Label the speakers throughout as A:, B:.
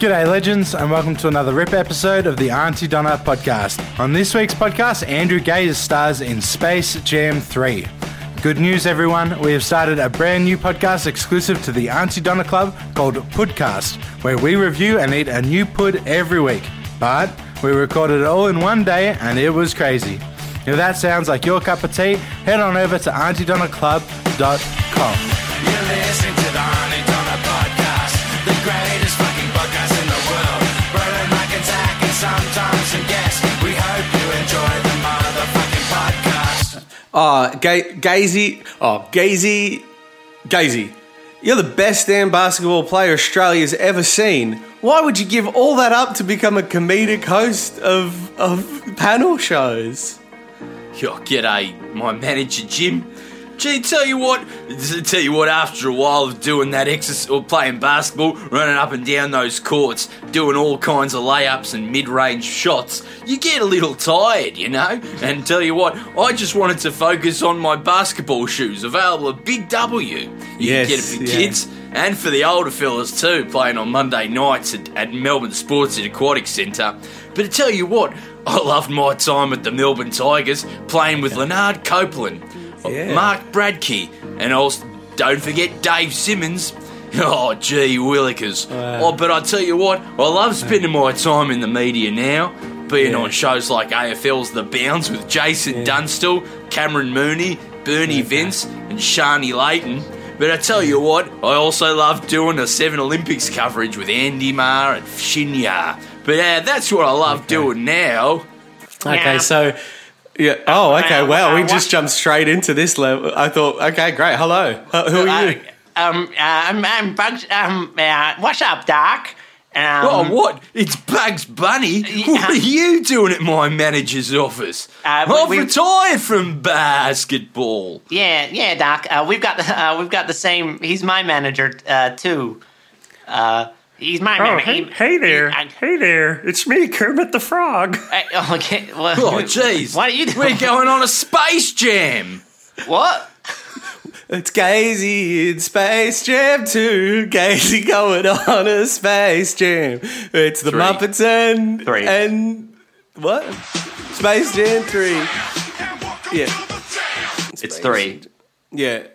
A: G'day, legends, and welcome to another rip episode of the Auntie Donna podcast. On this week's podcast, Andrew Gaze stars in Space Jam 3. Good news, everyone. We have started a brand new podcast exclusive to the Auntie Donna Club called Pudcast, where we review and eat a new pud every week. But we recorded it all in one day, and it was crazy. If that sounds like your cup of tea, head on over to auntiedonnaclub.com.
B: You're listening to the Honey Donna podcast, the greatest fucking podcast in the world. Roland Mike and Zach and sometimes some guests. We hope you enjoy the motherfucking podcast.
C: Uh, Ga- Gazy. Oh, Gazy. Gazy. You're the best damn basketball player Australia's ever seen. Why would you give all that up to become a comedic host of, of panel shows?
D: Yo, g'day, my manager Jim. Gee, tell you what, t- tell you what. After a while of doing that exercise or playing basketball, running up and down those courts, doing all kinds of layups and mid-range shots, you get a little tired, you know. And tell you what, I just wanted to focus on my basketball shoes available at Big W. You
C: Yes,
D: can get it for
C: yeah.
D: kids and for the older fellas too, playing on Monday nights at, at Melbourne Sports and Aquatic Centre. But to tell you what, I loved my time at the Melbourne Tigers playing with Leonard Copeland,
C: Yeah.
D: Mark Bradkey, and also don't forget Dave Simmons. Oh, gee, Willikers.
C: Uh.
D: oh, but I tell you what, I love spending my time in the media now, being
C: Yeah.
D: on shows like AFL's The Bounce with Jason Dunstall, Cameron Mooney, Bernie Vince, and Shani Layton. But I tell you what, I also love doing the Seven Olympics coverage with Andy Marr and Shinya. But uh, that's what I love doing now.
C: Okay, so. Yeah. Oh, okay. Wow, we just jumped straight into this level. I thought, okay, great. Hello. Uh, Who who are you?
E: Um, uh, I'm, I'm Bugs. Um, uh, what's up, Doc? Um,
D: Oh, what? It's Bugs Bunny. What are you doing at my manager's office?
E: Uh, we-
D: I've
E: we-
D: retired from basketball.
E: Yeah, yeah, Doc. Uh, we've got the uh, we've got the same. He's my manager uh, too. Uh, he's my
F: Oh,
E: manager.
F: hey,
E: He-
F: hey there.
E: I-
F: hey there. It's me, Kermit the Frog.
E: Hey, oh, okay. Well,
D: Oh, jeez.
E: What are you doing?
D: We're going on a space jam.
E: What?
C: It's Gazy in Space Jam 2. Gazy going on a Space Jam. It's the
D: Three.
C: Muppets and.
E: Three.
C: And. What? Space Jam 3. Yeah.
E: It's three.
C: Yeah.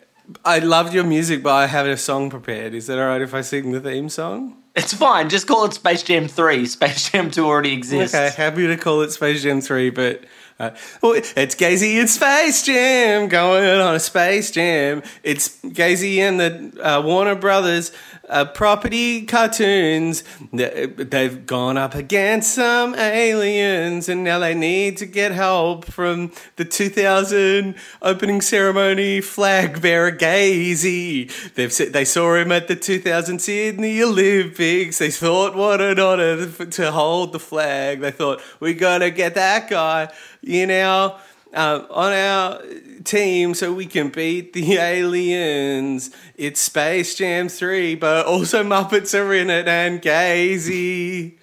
C: I loved your music, but I have a song prepared. Is that alright if I sing the theme song?
E: It's fine. Just call it Space Jam Three. Space Jam Two already exists.
C: Okay, happy to call it Space Jam 3, but. Uh, oh, it's Gazy in Space Jam, going on a Space Jam. It's Gazy and the uh, Warner Brothers uh, property cartoons. They- They've gone up against some aliens, and now they need to get help from the 2000 opening ceremony flag bearer Gazy. They've se- they saw him at the 2000 Sydney Olympics. They thought, what an honor to hold the flag. They thought, we're gonna get that guy. You know um, on our team so we can beat the aliens. It's Space Jam 3, but also Muppets are in it and Gazy.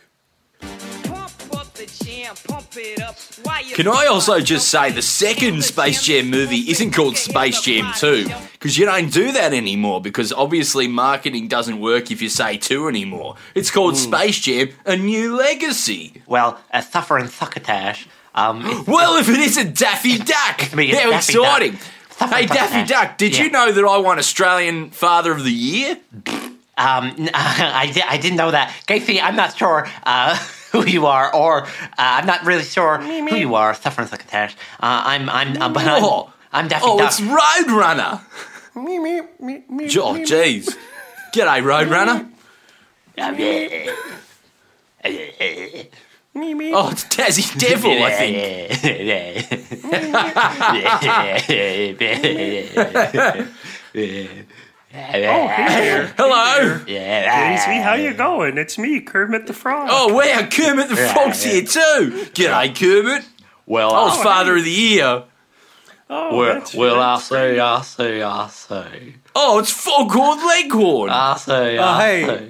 D: Can I also just say the second Space Jam movie isn't called Space Jam 2? Because you don't do that anymore, because obviously marketing doesn't work if you say 2 anymore. It's called
E: Hmm.
D: Space Jam A New Legacy.
E: Well, a thuffer and thuckatash. Um,
D: Well, if it isn't Daffy Duck, how
E: be a Daffy Duck.
D: exciting! Hey, Daffy Duck, did you
E: Yeah.
D: know that I won Australian Father of the Year?
E: Um, n- I, di- I didn't know that. Gacy, I'm not sure uh, who you are, or uh, I'm not really sure who you are. Suffering like a tash. Uh, I'm, I'm, uh, but I'm,
D: Oh.
E: I'm Daffy
D: Oh,
E: Duck.
D: it's Roadrunner.
C: Me, me, me, me,
D: Oh,
C: me.
D: jeez. G'day, Roadrunner. Oh, it's Tassie Devil, I think. Hello.
F: Daisy, how you going? It's me, Kermit the Frog.
D: Oh wow, Kermit the Frog's here too. G'day, Kermit.
E: well,
D: I was
E: I'll-
D: Father of the Year.
F: Oh,
E: well,
F: that's-
E: well, I'll say, I'll say, I'll say,
D: Oh, it's Foghorn Leghorn.
E: I'll say,
C: Oh,
E: I'll
C: hey.
E: say.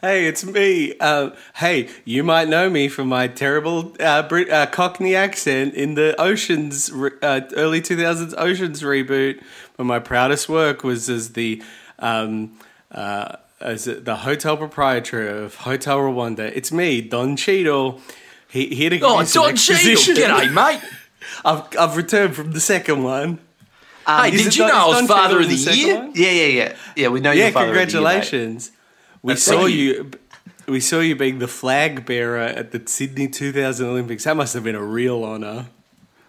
C: Hey, it's me. Uh, hey, you might know me from my terrible uh, Brit- uh, Cockney accent in the Oceans, re- uh, early 2000s Oceans reboot. But my proudest work was as the um, uh, as the hotel proprietor of Hotel Rwanda. It's me, Don Cheadle. He, here to give
D: Oh,
C: you some
D: Don Cheadle,
C: exposition.
D: g'day, mate.
C: I've, I've returned from the second one.
D: hey,
C: Is
D: did
C: it
D: you
C: Don-
D: know
C: is
D: I was
C: Don
D: Father
C: Cheadle
D: of
C: in
D: the
C: second
D: Year?
C: one?
E: Yeah, yeah, yeah, yeah. We know
C: Yeah,
E: you're father of the year, mate.
C: congratulations. we
D: That's
C: saw
D: right.
C: you. We saw you being the flag bearer at the Sydney 2000 Olympics. That must have been a real honor.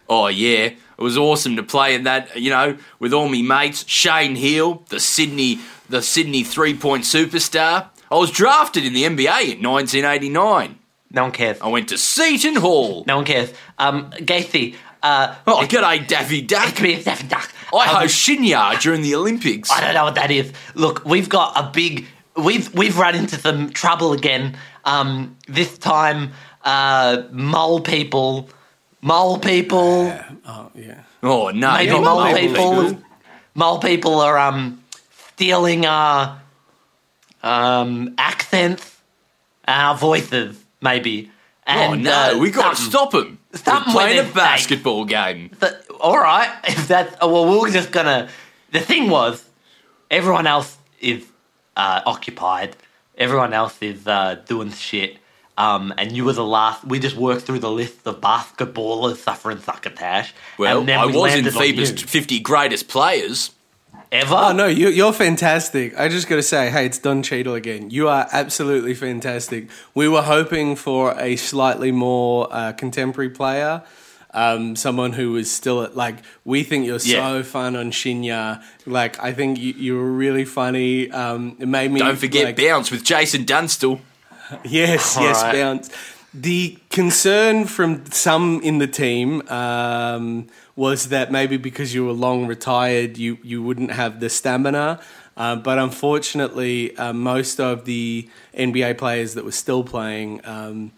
D: Oh yeah, it was awesome to play in that. You know, with all my mates, Shane Hill, the Sydney, the Sydney three-point superstar. I was drafted in the NBA in 1989.
E: No one cares.
D: I went to Seton Hall.
E: No one cares. Um, Gacy. Uh,
D: Oh, g'day, Daffy
E: it
D: Duck.
E: could be a Daffy Duck.
D: I
E: Um,
D: host Shinyar during the Olympics.
E: I don't know what that is. Look, we've got a big. We've we've run into some trouble again. Um, this time, uh, mole people, mole people,
C: Oh yeah.
D: Oh no,
E: maybe
D: not
E: mole,
D: Mole
E: people.
D: People.
E: Mole people are um, stealing our um, accents, our voices, maybe.
D: Oh
E: And,
D: no,
E: uh,
D: we got to
E: something.
D: stop him.
E: Something
D: We're playing
E: with
D: a
E: it,
D: basketball game.
E: Th- all right, if that's oh, well, we are just gonna. The thing was, everyone else is uh, occupied. Everyone else is uh, doing shit. Um, and you were the last. We just worked through the list of basketballers suffering succotash.
D: Well,
E: and then
D: I
E: we
D: was in
E: landed on
D: FIBA's
E: you.
D: 50 greatest players.
E: ever.
C: Oh no, you, you're fantastic. I just got to say, hey, it's Don Cheadle again. You are absolutely fantastic. We were hoping for a slightly more uh, contemporary player, um, someone who was still at like. We think you're
D: Yeah.
C: so fun on Shinya. Like, I think you, you were really funny. Um, it made me
D: Don't forget
C: like,
D: bounce with Jason Dunstall.
C: Yes, yes,
E: right.
C: bounce. The concern from some in the team um, was that maybe because you were long retired, you, you wouldn't have the stamina. Uh, but unfortunately, uh, most of the NBA players that were still playing um,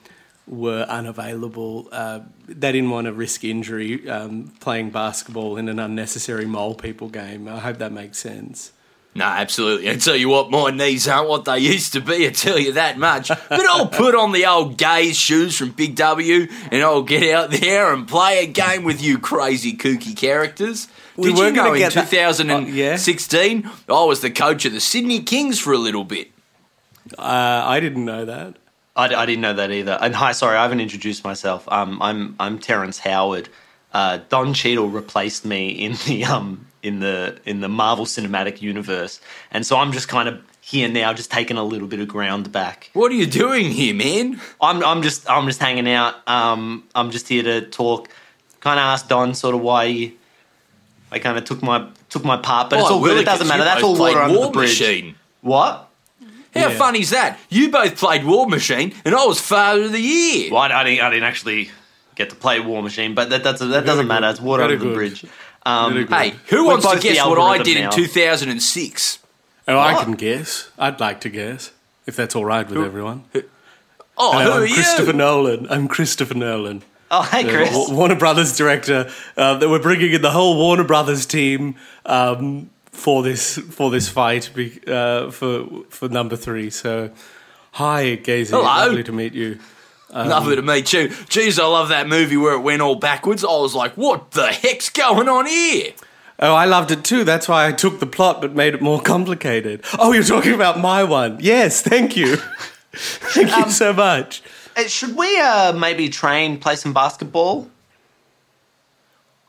C: were unavailable. Uh, they didn't want to risk injury um, playing basketball in an unnecessary mole people game. I hope that makes sense.
D: No, absolutely. I tell you what, my knees aren't what they used to be. I tell you that much. But I'll put on the old gaze shoes from Big W, and I'll get out there and play a game with you crazy kooky characters.
C: We
D: Did
C: were
D: you know
C: gonna
D: in
C: get
E: Oh,
C: that-
D: 2016 I was the coach of the Sydney Kings for a little bit?
C: Uh, I didn't know that.
E: I, I didn't know that either. And hi, sorry, I haven't introduced myself. Um, I'm I'm Terrence Howard. Uh, Don Cheadle replaced me in the um in the in the Marvel Cinematic Universe, and so I'm just kind of here now, just taking a little bit of ground back.
D: What are you doing here, man?
E: I'm I'm just I'm just hanging out. Um, I'm just here to talk. Kind of asked Don sort of why he, I kind of took my took my part, but it's
D: Oh,
E: all good. It
D: Willikers,
E: doesn't matter.
D: you
E: That's
D: both
E: all water
D: played
E: under
D: War
E: the bridge.
D: Machine.
E: What?
C: Yeah.
D: How funny is that? You both played War Machine, and I was Father of the Year.
E: Well, I, I didn't, I didn't actually get to play War Machine, but that, that's, that doesn't
C: good.
E: matter. It's water
C: Very
E: under the
C: good.
E: bridge. Um,
C: good.
D: Hey, who
E: We're
D: wants to
E: both the
D: guess what I
E: algorithm
D: did
E: now.
D: in 2006?
C: Oh, I
E: What?
C: can guess. I'd like to guess if that's all right with everyone.
D: Oh,
C: Hello,
D: who
C: I'm
D: are
C: Christopher
D: you?
C: Nolan. I'm Christopher Nolan,
E: oh, hey, Chris.
C: Wa- Warner Brothers director. Uh, that we're bringing in the whole Warner Brothers team um, for this for this fight be- uh, for for number three. So, hi, Gazy.
D: Hello.
C: Lovely to meet you.
D: Lovely to meet you. Jeez, I love that movie where it went all backwards. I was like, what the heck's going on here?
C: Oh, I loved it too. That's why I took the plot but made it more complicated. Oh, you're talking about my one. Yes, thank you. thank you so much.
E: Uh, Should we uh, maybe train, play some basketball?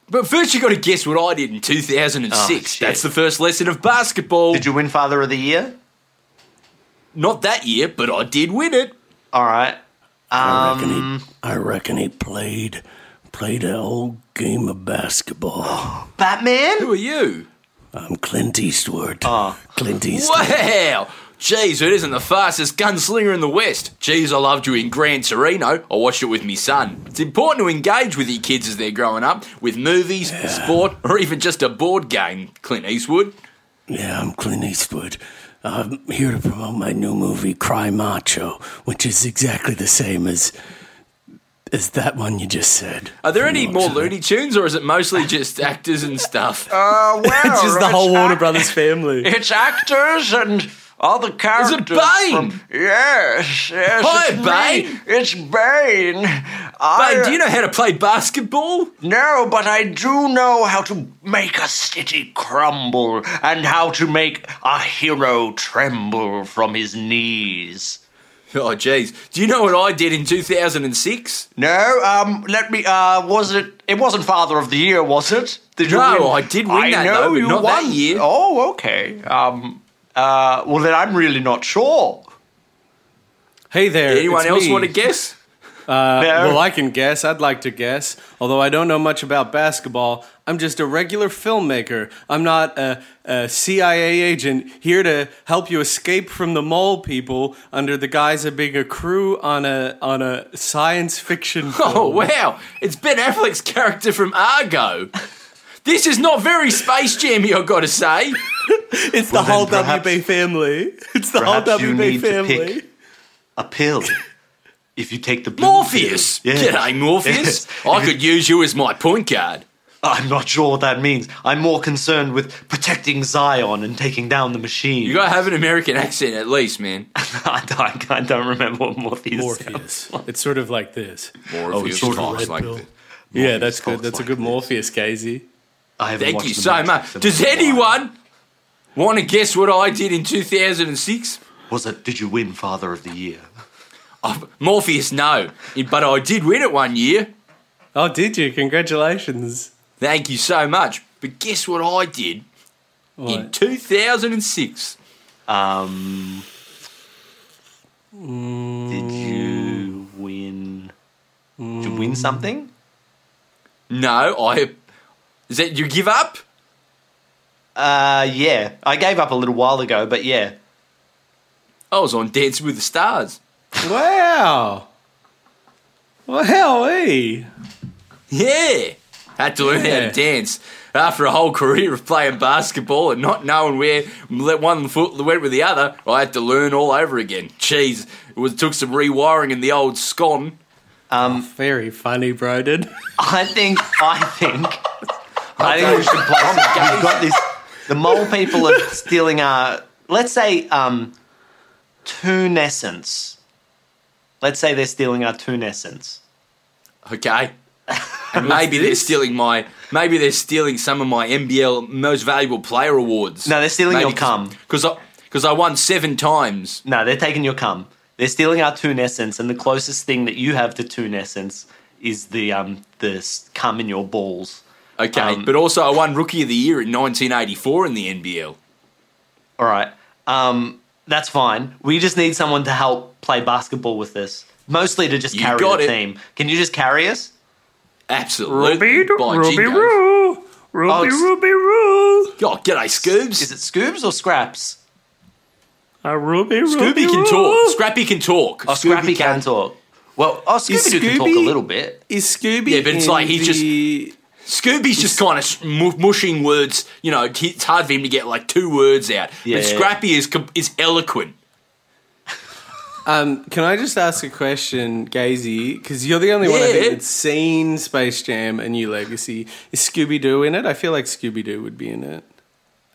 D: But first, you got to guess what I did in 2006.
E: Oh, shit.
D: That's the first lesson of basketball.
E: Did you win Father of the Year?
D: Not that year, but I did win it.
E: All right.
G: I reckon he played played an old game of basketball.
E: Batman?
D: Who are you?
G: I'm Clint Eastwood.
D: Ah.
G: Clint Eastwood.
D: Wow! Jeez, it isn't the fastest gunslinger in the West. Jeez, I loved you in Gran Torino. I watched it with my son. It's important to engage with your kids as they're growing up, with movies, sport, or even just a board game, Clint Eastwood.
G: Yeah, I'm Clint Eastwood. I'm here to promote my new movie, Cry Macho, which is exactly the same as as that one you just said.
D: Are there any more Looney Tunes, or is it mostly just actors and stuff?
E: Uh, well,
C: It's just the whole Warner Brothers family.
E: It's actors and
H: all the characters.
D: Bane?
H: From, yes, yes.
D: Hi,
H: it's me.
D: Bane.
H: It's Bane. I,
D: Bane, do you know how to play basketball?
H: No, but I do know how to make a city crumble and how to make a hero tremble from his knees.
D: Oh, jeez. Do you know what I did in 2006?
H: No, um, let me. Uh, was it? It wasn't Father of the Year, was it? Did you
D: No,
H: win?
D: I did win
H: I
D: that,
H: know
D: though, but
H: you
D: not that
H: won.
D: year.
H: Oh, okay. Um, uh, well then I'm really not sure.
C: Hey there.
D: Anyone
C: Uh, it's
D: else
C: me.
D: want to guess? Uh,
H: No.
C: Well, I can guess. I'd like to guess. Although I don't know much about basketball, I'm just a regular filmmaker. I'm not a, a CIA agent here to help you escape from the mole people under the guise of being a crew on a on a science fiction. Film.
D: Oh, wow. It's Ben Affleck's character from Argo. This is not very space jammy, I've got to say.
C: it's the whole
E: then
C: WB family. It's the whole
E: perhaps you
C: WB
E: need to
C: family.
E: pick a pill. if you take the blue
D: Morpheus.
E: pill- Yes.
D: G'day, Morpheus.
E: Yes.
D: I could use you as my point guard.
E: I'm not sure what that means. I'm more concerned with protecting Zion and taking down the machine.
D: You gotta have an American accent at least, man.
G: Oh,
E: I, don't, I don't remember what Morpheus.
G: Morpheus. It's sort of like this.
D: Morpheus
E: sort of
D: talks
G: red
D: like
G: pill.
D: that.
G: yeah, that's good.
E: talks
G: That's
E: like
G: a good
E: this.
G: Morpheus, Casey.
E: I haven't
D: Thank
E: watched
D: you
E: the
D: so much.
E: Matrix in a
D: Does
E: while.
D: anyone want to guess what I did in 2006?
E: was it? Did you win Father of the Year?
D: Morpheus, no. But I did win it one year.
C: Oh, did you? Congratulations.
D: Thank you so much. But guess what I did in 2006?
E: Um, Did you win? Did you win something?
D: No, I. Is that you give up?
E: Uh, yeah. I gave up a little while ago, but yeah.
D: I was on Dancing with the Stars.
C: Wow. Well, hey.
D: Yeah. Had to learn how
C: Yeah.
D: to dance. After a whole career of playing basketball and not knowing where let one foot went with the other, I had to learn all over again. Jeez, it was, took some rewiring in the old scon.
C: Very funny, Broden.
E: I think. I think. I think we should play. some- We've got this. The mole people are stealing our. Let's say um, tune essence. Let's say they're stealing our tune essence.
D: Okay. And maybe they're stealing my maybe they're stealing some of my MBL most valuable player awards.
E: No, they're stealing your cum.
D: Because I because I won seven times.
E: No, they're taking your cum. They're stealing our tune essence, and the closest thing that you have to tune essence is the um the s- cum in your balls.
D: Okay.
E: Um,
D: but also I won rookie of the year in nineteen eighty four in the NBL.
E: All right, um, that's fine. We just need someone to help play basketball with this, mostly to just
D: You
E: carry
D: got
E: the
D: it.
E: team. Can you just carry us?
D: Absolutely.
F: Ruby,
D: by
F: Ruby
D: jingoes.
F: Roo.
C: Oh,
F: Ruby,
E: it's-
F: Ruby Roo.
D: Oh, g'day, Scoobs.
E: Is it Scoobs or Scraps?
F: A Uh, Ruby, Ruby
D: Scooby can
F: Roo.
D: talk. Scrappy can talk.
E: Oh, Scrappy can, talk. Well, oh, Scooby Doo can talk a
C: Scooby-
E: little bit.
C: Is Scooby?
D: Yeah, but it's
C: in
D: like he just-
C: the-
D: Scooby's just kind of mu- mushing words. You know, it's hard for him to get like two words out.
E: Yeah.
D: But Scrappy is com- is eloquent.
C: Um, can I just ask a question, Gazy? Because you're the only one I
D: Yeah.
C: think that's seen Space Jam: A New Legacy. Is Scooby Doo in it? I feel like Scooby Doo would be in it.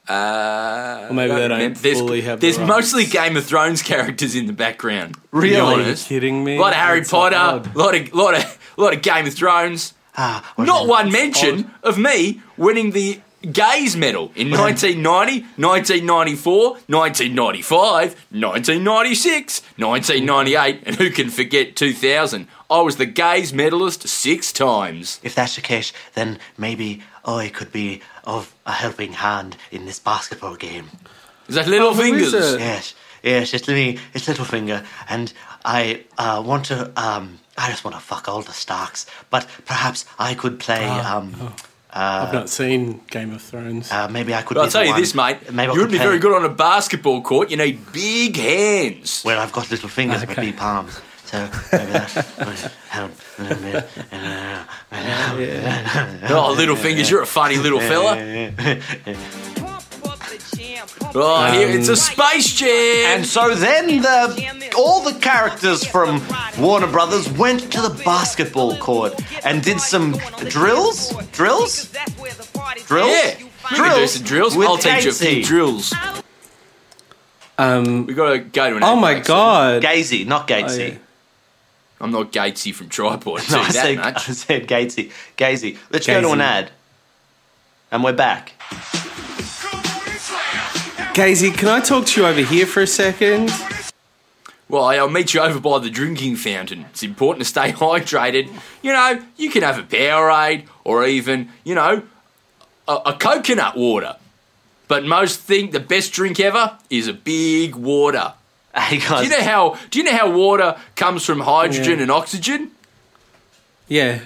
D: Uh,
C: Or maybe
D: I
C: they don't
D: remember.
C: fully have the
D: There's
C: rights.
D: mostly Game of Thrones characters in the background. To
E: Really?
D: be
E: Are you
D: honest.
C: kidding me?
D: A lot of Harry
C: That's so
D: Potter, a
C: odd.
D: lot of, lot, of, lot of Game of Thrones.
E: Ah, what
D: Not
E: is-
D: one mention of me winning the Gays Medal in 1990, 1994, 1995, 1996, 1998, and who can forget 2000? I was the Gays Medalist six times.
E: If that's the case, then maybe I could be of a helping hand in this basketball game.
D: Is that Little
C: Oh, who is
D: Fingers?
C: it?
E: Yes, yes, it's me, it's Littlefinger, and I uh, want to. Um, I just want to fuck all the Starks, but perhaps I could play. Um,
G: I've not seen Game of Thrones.
E: uh, maybe I could.
D: I'll
E: be the
D: tell you
E: one-
D: this, mate.
E: Maybe
D: you
E: I could
D: wouldn't be
E: play-
D: very good on a basketball court. You need big hands.
E: Well, I've got little fingers but big palms, so maybe that would help a little bit. uh,
D: Oh, little fingers, you're a funny little fella. Oh, here, it's a space jam.
E: Um, And so then the all the characters from Warner Brothers went to the basketball court and did some drills, drills, drills,
D: yeah, we can do some drills.
E: with
D: I'll teach you a
E: Casey.
D: few drills. We gotta go to an.
C: Um, Oh my
D: Apex.
C: god.
E: Gazy, not Gatesy.
C: Oh, yeah.
D: I'm not Gatesy from Tripod.
E: No, I,
D: that
E: said, I
D: much.
E: said Gatesy. Gazy. Let's go to
C: Gazy.
E: an ad. And we're back.
C: Gazy, can I talk to you over here for a second?
D: Well, I'll meet you over by the drinking fountain. It's important to stay hydrated. You know, you can have a Powerade or even, you know, a, a coconut water. But most think the best drink ever is a big water.
E: Hey guys,
D: Do you know how? Do you know how water comes from hydrogen and oxygen?
C: Yeah.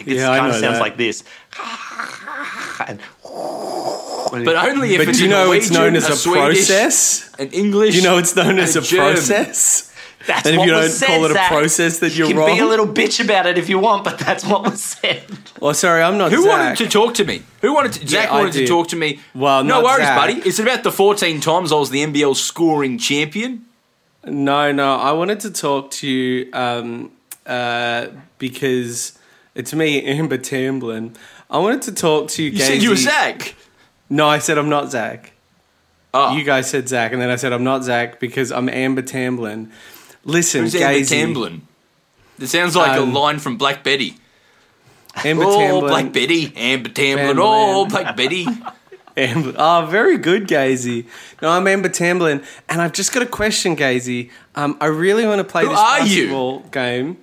E: it
C: Yeah, I
E: kind of
C: know
E: sounds
C: that.
E: like this. And-
D: But only if
C: But
D: it's
C: do you
D: a
C: know it's
D: Norwegian,
C: known as a,
D: Swedish,
C: process?
D: an English.
C: Do you know it's known as a,
D: German.
C: process?
E: that's
C: And if
E: what
C: you
E: was
C: don't
E: said,
C: call it a
E: Zach.
C: process, then
E: you
C: you're
E: can
C: wrong.
E: be a little bitch about it if you want, but that's what was said.
C: oh, sorry, I'm not
D: Who
C: Zach.
D: wanted to talk to me? Who wanted to, Zach
C: I
D: wanted to
C: did.
D: talk to me?
C: Well,
D: no
C: not
D: worries,
C: Zach.
D: buddy. It's about the 14 times I was the NBL scoring champion.
C: No, no, I wanted to talk to you um, uh, because it's me, Amber Tamblin. I wanted to talk to you.
D: You said you were Zach.
C: No, I said I'm not Zach.
D: Oh.
C: You guys said Zach, and then I said I'm not Zach because I'm Amber Tamblin. Listen,
D: Who's Amber
C: Gazy,
D: Tamblin? It sounds like
C: Um,
D: a line from Black Betty.
C: Amber
D: Oh,
C: Tamblyn.
D: Black Betty, Amber Tamblin.
C: Tamblyn.
D: Oh, Black Betty.
C: Amber. Oh, very good, Gazy. No, I'm Amber Tamblin, and I've just got a question, Gazy. Um, I really want to play
D: Who
C: this
D: are you?
C: basketball game.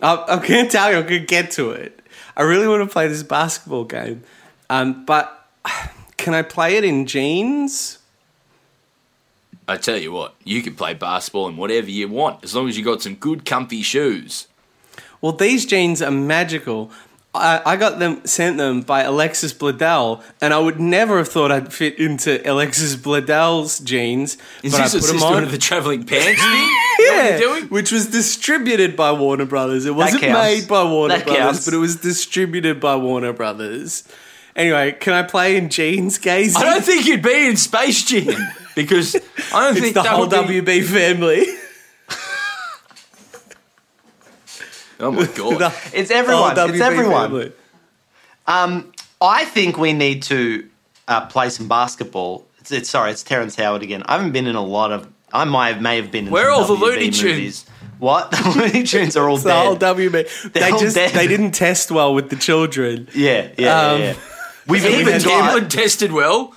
C: I'm, I'm going to tell you. I'm going to get to it. I really want to play this basketball game, um, but can I play it in jeans?
D: I tell you what, you can play basketball in whatever you want as long as you got some good, comfy shoes.
C: Well, these jeans are magical. I, I got them sent them by Alexis Bledel, and I would never have thought I'd fit into Alexis Bledel's jeans.
D: Is
C: but
D: this
C: I
D: a
C: put 'em
D: sister
C: on.
D: of the traveling pants thing? yeah. doing?
C: which was distributed by Warner Brothers. It wasn't
E: counts.
C: made by Warner
E: That
C: Brothers,
E: counts.
C: but it was distributed by Warner Brothers. Anyway, can I play in jeans, Gazy?
D: I don't think you'd be in Space Jam because I don't
C: it's
D: think
C: the
D: that
C: whole
D: would be-
C: WB family.
D: Oh my god!
C: The
E: It's everyone.
C: whole
E: It's
C: WB
E: everyone.
C: family.
E: Um, I think we need to uh, play some basketball. It's, it's sorry, it's Terrence Howard again. I haven't been in a lot of. I might have, may have been. In
D: Where
E: some
D: are all the
E: WB
D: Looney Tunes?
E: movies. What the Looney Tunes are all
C: The whole
E: dead.
C: WB. They
E: all
C: just
E: dead.
C: they didn't test well with the children.
E: yeah, yeah,
C: Um,
E: yeah. yeah. We've
D: Even
E: even
D: Tamblin
E: got.
D: tested well.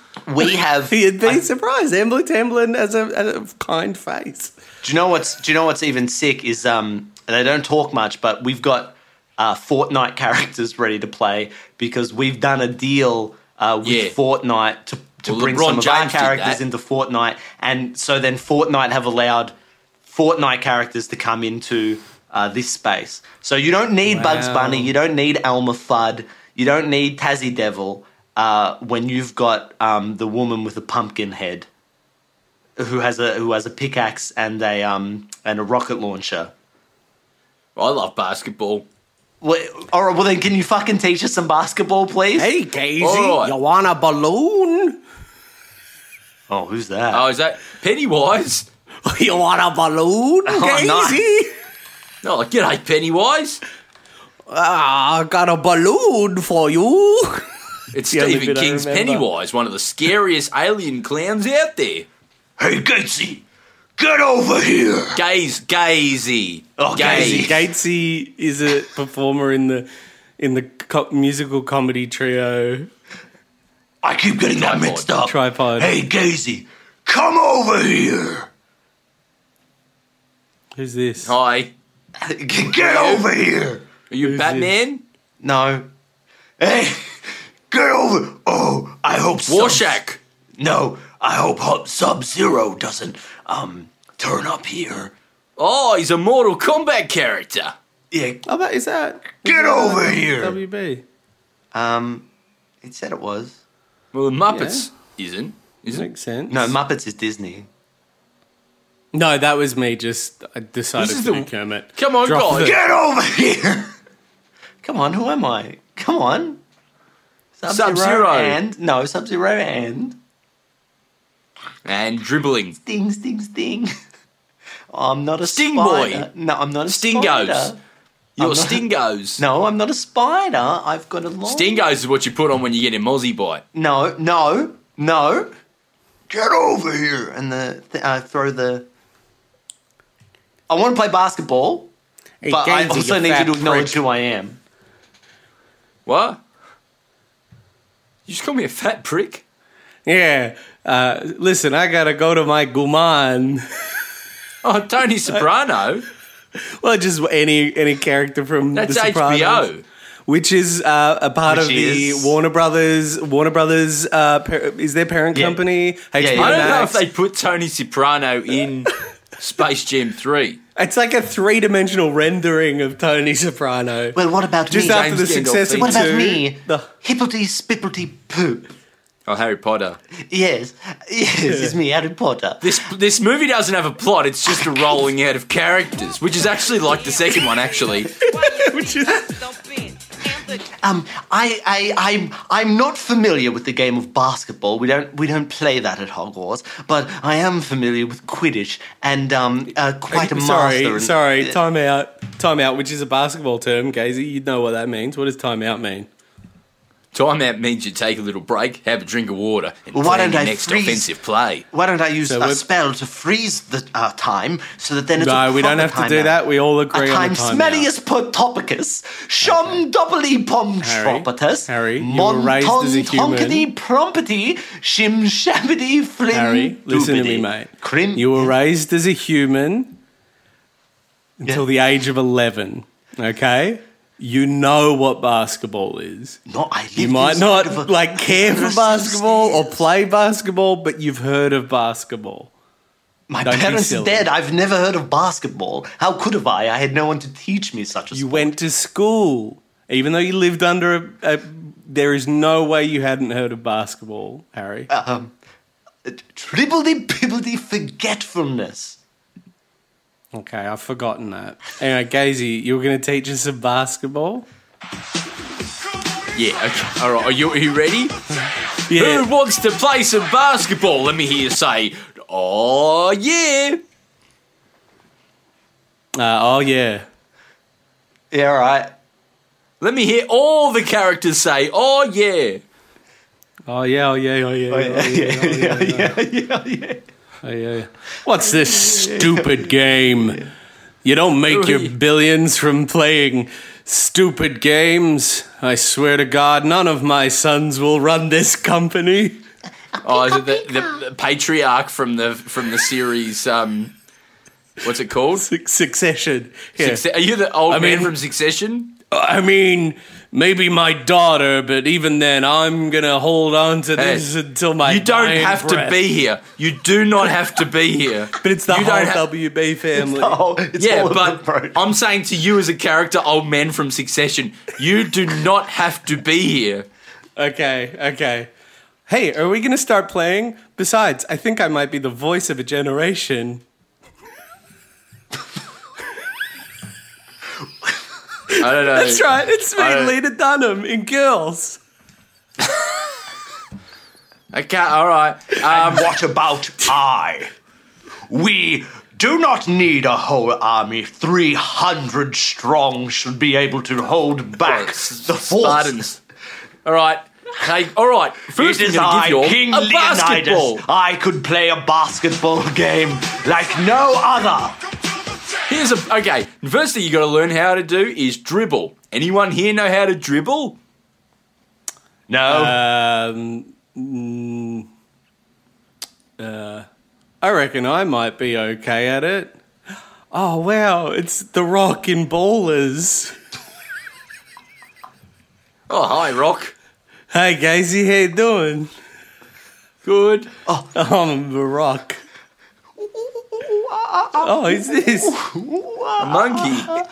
E: We have.
C: You'd be surprised. Emily Tamblin has a, a kind face.
E: Do you know what's do you know what's even sick is um they don't talk much, but we've got uh, Fortnite characters ready to play because we've done a deal uh, with
D: Yeah.
E: Fortnite to, to
D: Well,
E: bring
D: LeBron
E: some of
D: James
E: our
D: did
E: characters
D: that.
E: into Fortnite, and so then Fortnite have allowed Fortnite characters to come into uh, this space. So you don't need Bugs
C: Wow.
E: Bunny, you don't need Elmer Fudd, you don't need Tassie Devil uh, when you've got um, the woman with the pumpkin head who has a who has a pickaxe and a um and a rocket launcher.
D: I love basketball.
E: Well, all right, well then, can you fucking teach us some basketball, please?
C: Hey, Gazy,
D: All right.
C: you want a balloon?
E: Oh, who's that?
H: Uh,
D: Oh, is that Pennywise?
C: You want a balloon, Gazy?
E: nice.
D: No, like g'day Pennywise.
C: Ah, I got a balloon for you.
D: It's
C: the only
D: Stephen
C: bit I
D: King's
C: remember.
D: Pennywise, one of the scariest alien clowns out there.
H: Hey, Gatesy, get over here.
D: Gaze, gazy,
E: Oh,
D: gaze.
C: Gatesy is a performer in the in the co- musical comedy trio
H: I keep getting
D: Tripod.
H: that mixed up.
C: Tripod.
H: Hey, Gazy, come over here.
C: Who's this?
D: Hi,
H: Get over here.
D: are you Batman?
E: No,
H: Hey, get over. Oh, I hope. Sub-
D: Warshak.
H: No, I hope Sub Zero doesn't um turn up here.
D: Oh, he's a Mortal Kombat character.
H: Yeah,
C: Oh, that is that.
H: get over here.
C: WB.
E: um, it said it was.
D: Well, the Muppets isn't, isn't it?
C: Makes sense.
E: No, Muppets is Disney.
C: no, that was me. Just I decided
D: This
C: to
D: is
C: be
D: the-
C: Kermit.
D: Come on,
C: Drop
D: guys.
C: the-
H: Get over here.
E: Come on, who am I? Come on, Sub
D: Sub-Zero.
E: Zero and no Sub Zero and
D: And dribbling.
E: sting, sting, sting. Oh, I'm not a
D: Sting boy.
E: spider. No, I'm not a
D: Stingos.
E: spider.
D: Your
E: I'm not-
D: stingos.
E: No, I'm not a spider. I've got a long.
D: Stingos is what you put on when you get an Aussie bite.
E: No, no, no. get over here, and the th- uh, throw the. I want to play basketball,
I: Hey,
E: but I
I: Gazy,
E: also need
I: fat
E: you to acknowledge
I: prick.
E: who I am.
D: What? You just call me a fat prick?
C: Yeah. Uh, listen, I gotta go to my Guman.
D: Oh, Tony
E: Uh,
D: Soprano.
C: Well, just any any character from
D: That's
C: the Sopranos,
D: HBO.
C: which is uh, a part
I: Which
C: of the
I: is-
C: Warner Brothers. Warner Brothers uh, par- is their parent
I: Yeah.
C: company. HBO
I: yeah.
D: I don't know
C: Max.
D: if they put Tony Soprano in Space Jam 3.
C: It's like a three dimensional rendering of Tony Soprano.
E: Well, what about
C: Just
E: me?
C: after the
D: James Gandolfini.
C: success of
E: what about
C: two,
E: me?
C: the-
E: Hipplety spipplety poop.
D: Oh, Harry Potter.
E: Yes, yes, it's me, Harry Potter.
D: This this movie doesn't have a plot. It's just a rolling out of characters, which is actually like the second one. Actually,
H: Which is.
E: Um, I, I, I'm, I'm not familiar with the game of basketball. We don't, we don't play that at Hogwarts. But I am familiar with Quidditch and um, uh, quite a
C: sorry,
E: master. in-
C: sorry, time out, time out, which is a basketball term, Gazy. You know what that means. What does time out mean?
D: timeout means you take a little break, have a drink of water, and
E: Well, why
D: plan
E: don't
D: your
E: I
D: next
E: freeze-
D: offensive play.
E: Why don't I use
C: So
E: a
C: we're-
E: spell to freeze the uh, time so that then it's a
C: No, we don't
E: proper
C: have to
E: time
C: do
E: out?
C: that. We all agree
E: a
C: on
E: time
C: the time out.
E: smellius potopicus, shom doubly
C: Harry,
E: pomtropitus,
C: Harry, you were raised as a human.
E: tonkity prompity, shim shabbity flim.
C: Harry, listen to me,
E: doobity.
C: mate.
E: Crim.
C: You were raised as a human until the age of eleven. Okay, you know what basketball is.
E: No, I lived
C: You might
E: inside
C: not
E: of a-
C: like care for
E: Yes,
C: basketball or
E: yes.
C: play basketball, but you've heard of basketball.
E: My
C: Don't be
E: parents are
C: silly.
E: dead. I've never heard of basketball. How could have I? I had no one to teach me such a
C: You
E: sport.
C: went to school, even though you lived under a. a there is no way you hadn't heard of basketball, Harry.
E: Um, Tribbledy pibbledy forgetfulness.
C: Okay, I've forgotten that. Anyway, Gazy, you were going to teach us some basketball.
D: Yeah. Okay. All right. Are you, are you ready?
C: Yeah.
D: Who wants to play some basketball? Let me hear you say, "Oh yeah."
C: Uh, oh yeah.
E: Yeah, all right.
D: Let me hear all the characters say, "Oh yeah."
C: Oh yeah. Oh yeah. Oh yeah. Oh yeah.
E: yeah, yeah, yeah, yeah.
C: Oh, yeah. What's this stupid game? You don't make your billions from playing stupid games. I swear to God, none of my sons will run this company.
D: Oh, is it the, the, the patriarch from the from the series? Um, what's it called?
C: Suc- Succession. Yeah.
D: Succe- Are you the old
C: I
D: man
C: mean-
D: from Succession?
C: I mean, maybe my daughter, but even then, I'm gonna hold on to this until my.
D: you don't
C: dying
D: have
C: breath.
D: to be here. You do not have to be here.
C: But it's the
D: you
C: whole
D: don't have-
C: WB family.
E: Oh, it's
D: yeah,
E: all of the
D: but
E: broke.
D: I'm saying to you as a character, old man from Succession, you do not have to be here.
C: Okay, okay. Hey, are we going to start playing? Besides, I think I might be the voice of a generation.
D: I don't know.
C: That's right, it's me,
D: don't-
C: Lena Dunham, in Girls.
D: Okay, all right. Um,
E: What about I? We do not need a whole army. 300 strong should be able to hold back the forces.
D: Spartans. All right. Hey, all right. First,
E: It is
D: I'm gonna
E: I,
D: give you all
E: King
D: a basketball.
E: Leonidas. I could play a basketball game like no other.
D: Here's a okay. First thing you got to learn how to do is dribble. Anyone here know how to dribble?
E: No.
C: Um, mm, uh, I reckon I might be okay at it. Oh, wow, it's The Rock in Ballers.
D: Oh, hi, Rock.
C: Hey, Gazy, how you doing? Oh,
D: Good.
C: I'm The Rock. Oh, who's this?
D: A monkey.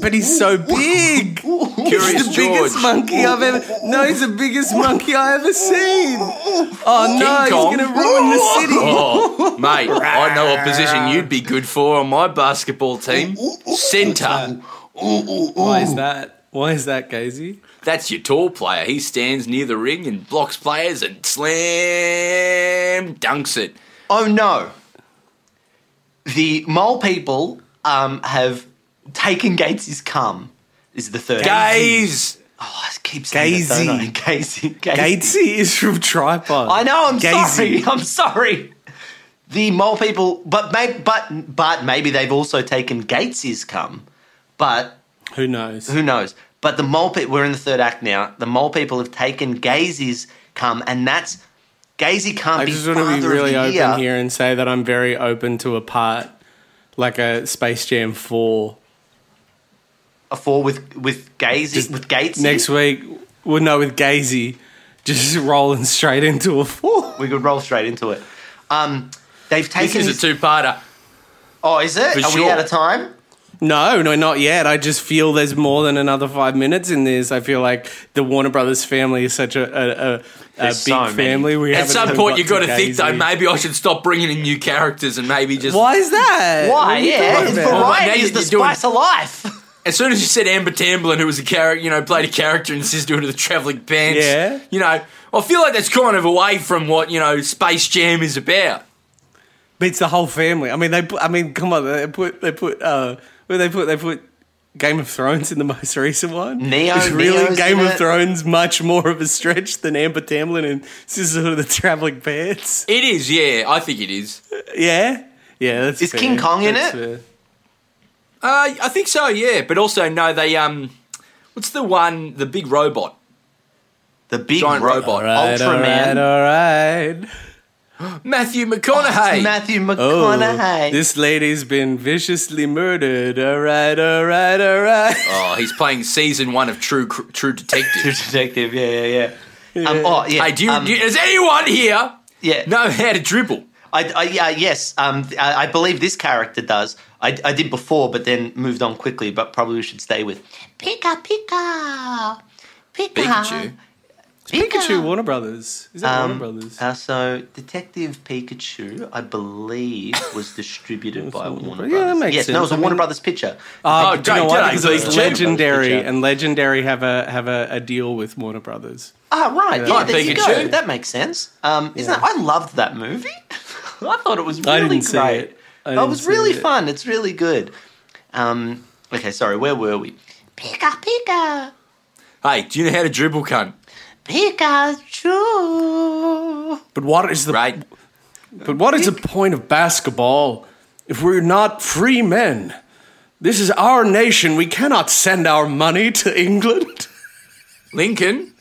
C: But he's so big.
E: Uh,
D: Curious
C: He's the
D: George.
C: biggest monkey I've ever. No, he's the biggest monkey I ever seen. Oh no,
D: King Kong.
C: he's gonna ruin the city.
D: Oh, mate, I know a position you'd be good for on my basketball team. Centre.
C: Why is that? Why is that, Gazy?
D: That's your tall player. He stands near the ring and blocks players and slam dunks it.
E: Oh no. The mole people um, have taken Gatesy's cum. This is the third.
D: Gaze.
E: Oh, it's keep saying that, don't I? Gazy. Gazy.
C: Gatesy is from Tripod.
E: I know. I'm
C: Gazy.
E: sorry. I'm sorry. The mole people, but may, but but maybe they've also taken Gatesy's cum. But
C: Who knows?
E: who knows? But the mole people, we're in the third act now. The mole people have taken Gazy's cum, and that's Gazy can't
C: I
E: be
C: just want to be
E: father
C: really
E: of
C: open
E: the year.
C: here and say that I'm very open to a part like a Space Jam 4
E: A four with with Gazy with Gates.
C: next week. Well, no, with Gazy just rolling straight into a 4.
E: we could roll straight into it. Um, they've
D: This
E: taken.
D: is a
E: his-
D: two-parter.
E: oh, is it?
D: for
E: Are we
D: sure.
E: out of time?
C: No, no, not yet. I just feel there's more than another five minutes in this. I feel like the Warner Brothers family is such a, a, a, a big
J: There's so many.
C: family. We
D: At
C: haven't
D: some
C: even
D: point, you've got to think,
C: Gazy.
D: though, maybe I should stop bringing in new characters and maybe just.
C: Why is that? What
E: Why?
C: are Uh, you
E: Yeah,
C: talking
E: it's
C: about?
D: Well, now
E: variety is
D: you're
E: the
D: doing-
E: spice of life.
D: As soon as you said Amber Tamblyn, who was a character, you know, played a character in Sisterhood of the Travelling Pants,
C: Yeah.
D: you know, I feel like that's kind of away from what, you know, Space Jam is about.
C: But it's the whole family. I mean, they. Put, I mean, come on. They put. They put. Uh, where they put. They put. Game of Thrones in the most recent one.
E: Neo-
C: It's really
E: Neo's
C: Game
E: in
C: of
E: it.
C: Thrones much more of a stretch than Amber Tamlin and Sisterhood of the Traveling Pants.
D: It is, yeah, I think it is.
C: Yeah, yeah. That's
E: Is
C: fair.
E: King Kong in
C: That's
E: it?
C: fair.
D: Uh, I think so, yeah. But also, no, they, um, what's the one, the big robot,
E: The big
D: giant
E: ro-
D: robot?
C: Right,
E: Ultraman.
C: All right, all right.
D: Matthew McConaughey.
E: Matthew
C: Oh,
E: McConaughey.
C: this lady's been viciously murdered. All right, all right, all right.
D: oh, he's playing season one of True Cr- True Detective.
E: detective. Yeah, yeah, yeah. Um, oh, yeah.
D: hey, do you,
E: um,
D: do you- does anyone here
E: yeah.
D: know how to dribble?
E: I, I, yeah, yes. Um, I, I believe this character does. I, I did before, but then moved on quickly. But probably we should stay with Pika Pika Pika
D: Pikachu.
C: Pikachu, Warner Brothers. Is that
E: Um,
C: Warner Brothers?
E: uh, so Detective Pikachu, I believe, was distributed by
C: Warner
E: Warner
C: Brothers.
E: Brothers.
C: Yeah, that makes
E: yes, no, it was a
C: sense. I
E: Warner
C: mean-
E: Brothers picture.
C: Oh,
D: Oh,
C: do you know
D: great,
C: why?
D: did I
C: Because it's
D: include Warner
C: legendary,
E: Brothers?
C: and legendary have a have a, a deal with Warner Brothers.
E: Ah, right. Yeah,
D: Like
E: there you
D: Pikachu.
E: go. That makes sense. Um, isn't that, I loved that movie. I thought it was really
C: I didn't see
E: great. Oh,
C: it. I
E: It
C: didn't
E: was
C: see
E: really
C: it.
E: fun. It's really good. Um, okay, sorry. Where were we? Pika Pika
D: Hey, do you know how to dribble, cunt?
E: Pikachu.
C: But what is the
D: Right?
K: But what is the point of basketball if we're not free men?
C: This is our nation. We cannot send our money to England.
D: Lincoln?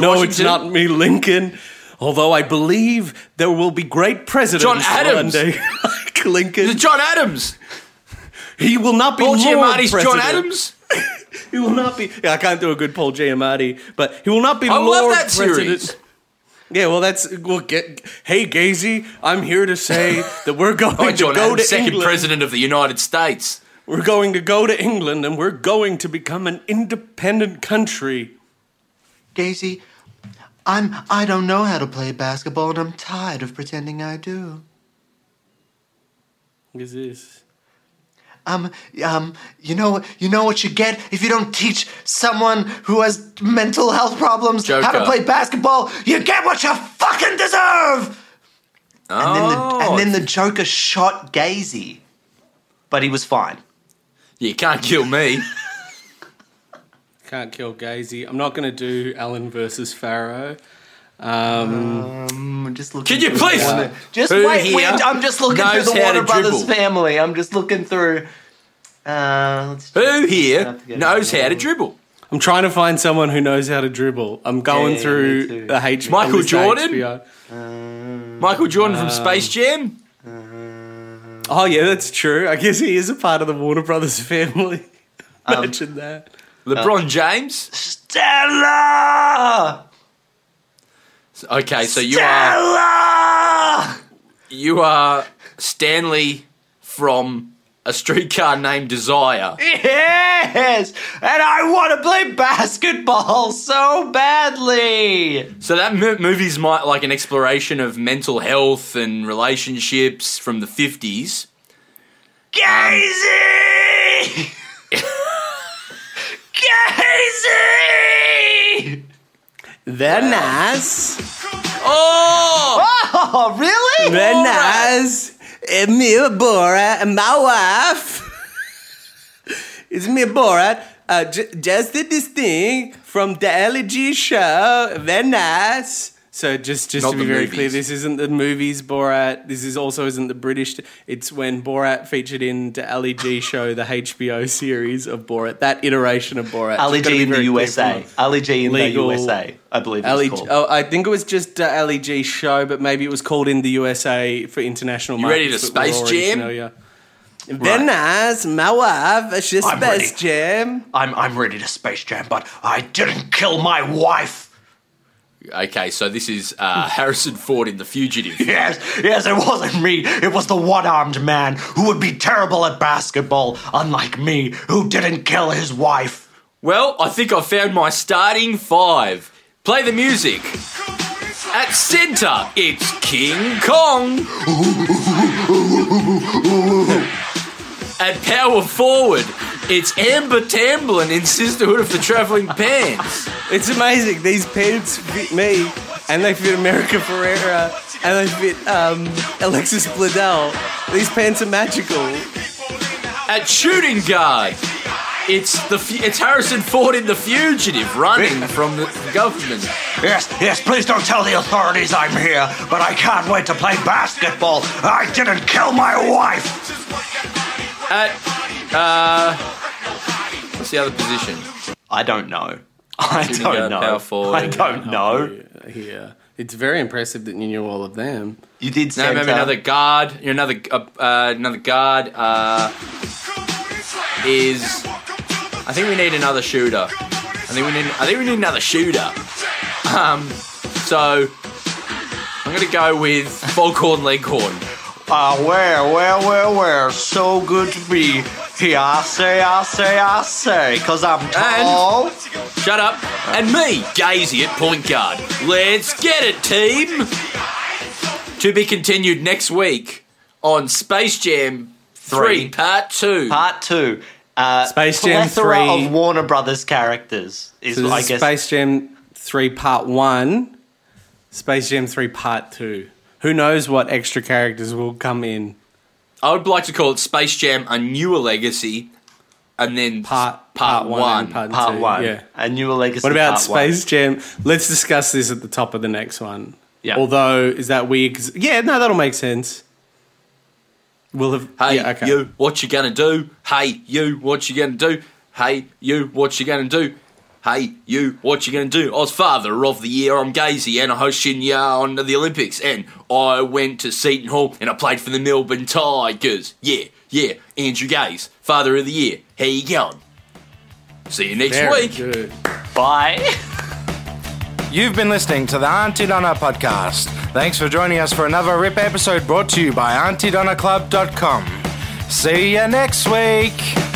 C: No,
D: Washington?
C: it's not me, Lincoln. Although I believe there will be great presidents
D: John Adams.
C: one day, like Lincoln.
D: It's John Adams.
C: He will not be
D: Paul
C: Lord
D: Giamatti's
C: President.
D: John Adams.
C: He will not be. Yeah, I can't do a good Paul Giamatti, but he will not be
D: I
C: Lord
D: love that
C: President.
D: series.
C: Yeah, well, that's well. Get hey, Gazy, I'm here to say that we're going
D: By
C: to
D: Oh, John
C: go
D: Adams,
C: to
D: second
C: England.
D: president of the United States.
C: We're going to go to England, and we're going to become an independent country.
E: Gacy, I'm. I don't know how to play basketball, and I'm tired of pretending I do.
C: Is this?
E: Um, um, you know, you know what you get if you don't teach someone who has mental health problems how
D: Joker.
E: to play basketball. You get what you fucking deserve. And then the
D: Oh.
E: and then the Joker shot Gazy, but he was fine.
D: You can't kill me.
C: Can't kill Gazy. I'm not going to do Allen versus Pharaoh. Um,
E: I'm just looking.
D: Can you
E: through
D: please?
E: the Warner- Just
D: Who
E: wait,
D: here
E: wait. I'm just looking through
D: knows
E: the
D: how
E: Warner
D: to
E: Brothers
D: dribble?
E: family. I'm just looking through. Uh, let's
D: Who
E: I'll
D: here
E: have to get
D: knows
E: another
D: how to
E: one.
D: dribble?
C: I'm trying to find someone who knows how to dribble. I'm going
E: Yeah, me
C: through
E: too.
C: the H. a
D: Michael
C: list of
D: Jordan?
C: HBO.
D: Michael Jordan from Space
E: Um,
D: Jam?
C: Oh yeah, that's true. I guess he is a part of the Warner Brothers family. Imagine that.
D: LeBron James?
E: Stella.
D: Okay, so you are
E: Stella.
D: you are Stanley from a streetcar named Desire.
E: Yes! And I want to play basketball so badly!
D: So that mo- movie's my, like an exploration of mental health and relationships from the 50s.
E: Gazy! Gazy!
C: They're nice.
D: Oh!
E: Oh, really?
C: They're nice. And me, Borat, and my wife. it's me, Borat. Uh, ju- just did this thing from the LG show. Venice. So just just
D: Not
C: to be
D: the
C: very
D: movies.
C: clear, this isn't the movies Borat. This is also isn't the British. It's when Borat featured in the Ali G show, the HBO series of Borat. That iteration of Borat.
E: Ali
C: Just gotta
E: G
C: be
E: in the
C: very clear
E: USA.
C: from the-
E: Ali G in
C: legal-
E: the USA, I believe it's
C: Ali,
E: called.
C: oh, I think it was just uh, Ali G show, but maybe it was called in the USA for international.
D: You ready
C: markets,
D: to
C: but we're
D: Space
C: already
D: Jam?
C: familiar. Venice, my wife, it's just
E: I'm
C: Space
E: ready.
C: Jam.
E: I'm, I'm ready to Space Jam, but I didn't kill my wife.
D: Okay, so this is uh, Harrison Ford in The Fugitive.
E: Yes, yes, it wasn't me. It was the one armed man who would be terrible at basketball, unlike me, who didn't kill his wife.
D: Well, I think I found my starting five. Play the music. At centre, it's King Kong. At power forward, it's Amber Tamblyn in Sisterhood of the Travelling Pants.
C: It's amazing. These pants fit me, and they fit America Ferrera, and they fit um, Alexis Bledel. These pants are magical.
D: At shooting guard, it's the fu- it's Harrison Ford in The Fugitive running from the government.
E: Yes, yes, please don't tell the authorities I'm here, but I can't wait to play basketball. I didn't kill my wife.
D: At uh, what's the other position?
E: I don't know. I
D: Shooting
E: don't
D: guard,
E: know.
D: power forward.
E: I don't know.
C: Here, it's very impressive that you knew all of them.
E: You did
D: No,
E: say
D: maybe another guard. You're another uh, uh, another guard uh, is. I think we need another shooter. I think we need. I think we need another shooter. Um, so I'm gonna go with Foghorn Leghorn.
E: Ah, where, where, where, where? So good to be here. I say, I say, I say, cause I'm tall.
D: Shut up. And me, Gazy at point guard. Let's get it, team. To be continued next week on Space Jam Three,
E: Three.
D: Part Two.
E: Part two. Uh,
C: Space Jam
E: plethora
C: 3.
E: of Warner Brothers characters is,
C: So this
E: I
C: is
E: guess.
C: Space Jam 3 Part 1, Space Jam 3 Part 2. Who knows what extra characters will come in?
D: I would like to call it Space Jam: A Newer Legacy, and then
C: Part,
D: Part
C: one,
D: One.
C: and part,
E: part
C: two.
E: one.
C: Yeah.
E: A newer legacy.
C: What about
E: part
C: Space Jam? Let's discuss this at the top of the next one.
E: Yeah.
C: Although, is that weird? 'Cause- yeah, no, that'll make sense. We'll have.
D: Hey,
C: yeah, okay.
D: you, what you gonna do? Hey, you, what you gonna do? Hey, you, what you gonna do? Hey, you, what you gonna do? I was Father of the Year. I'm Gazy, and I host Shinya on the Olympics. And I went to Seton Hall, and I played for the Melbourne Tigers. Yeah, yeah. Andrew Gaze, Father of the Year. How you going? See you next
C: Very
D: week.
C: good.
E: one. Bye.
A: You've been listening to the Auntie Donna podcast. Thanks for joining us for another RIP episode brought to you by AuntieDonnaClub.com. See you next week.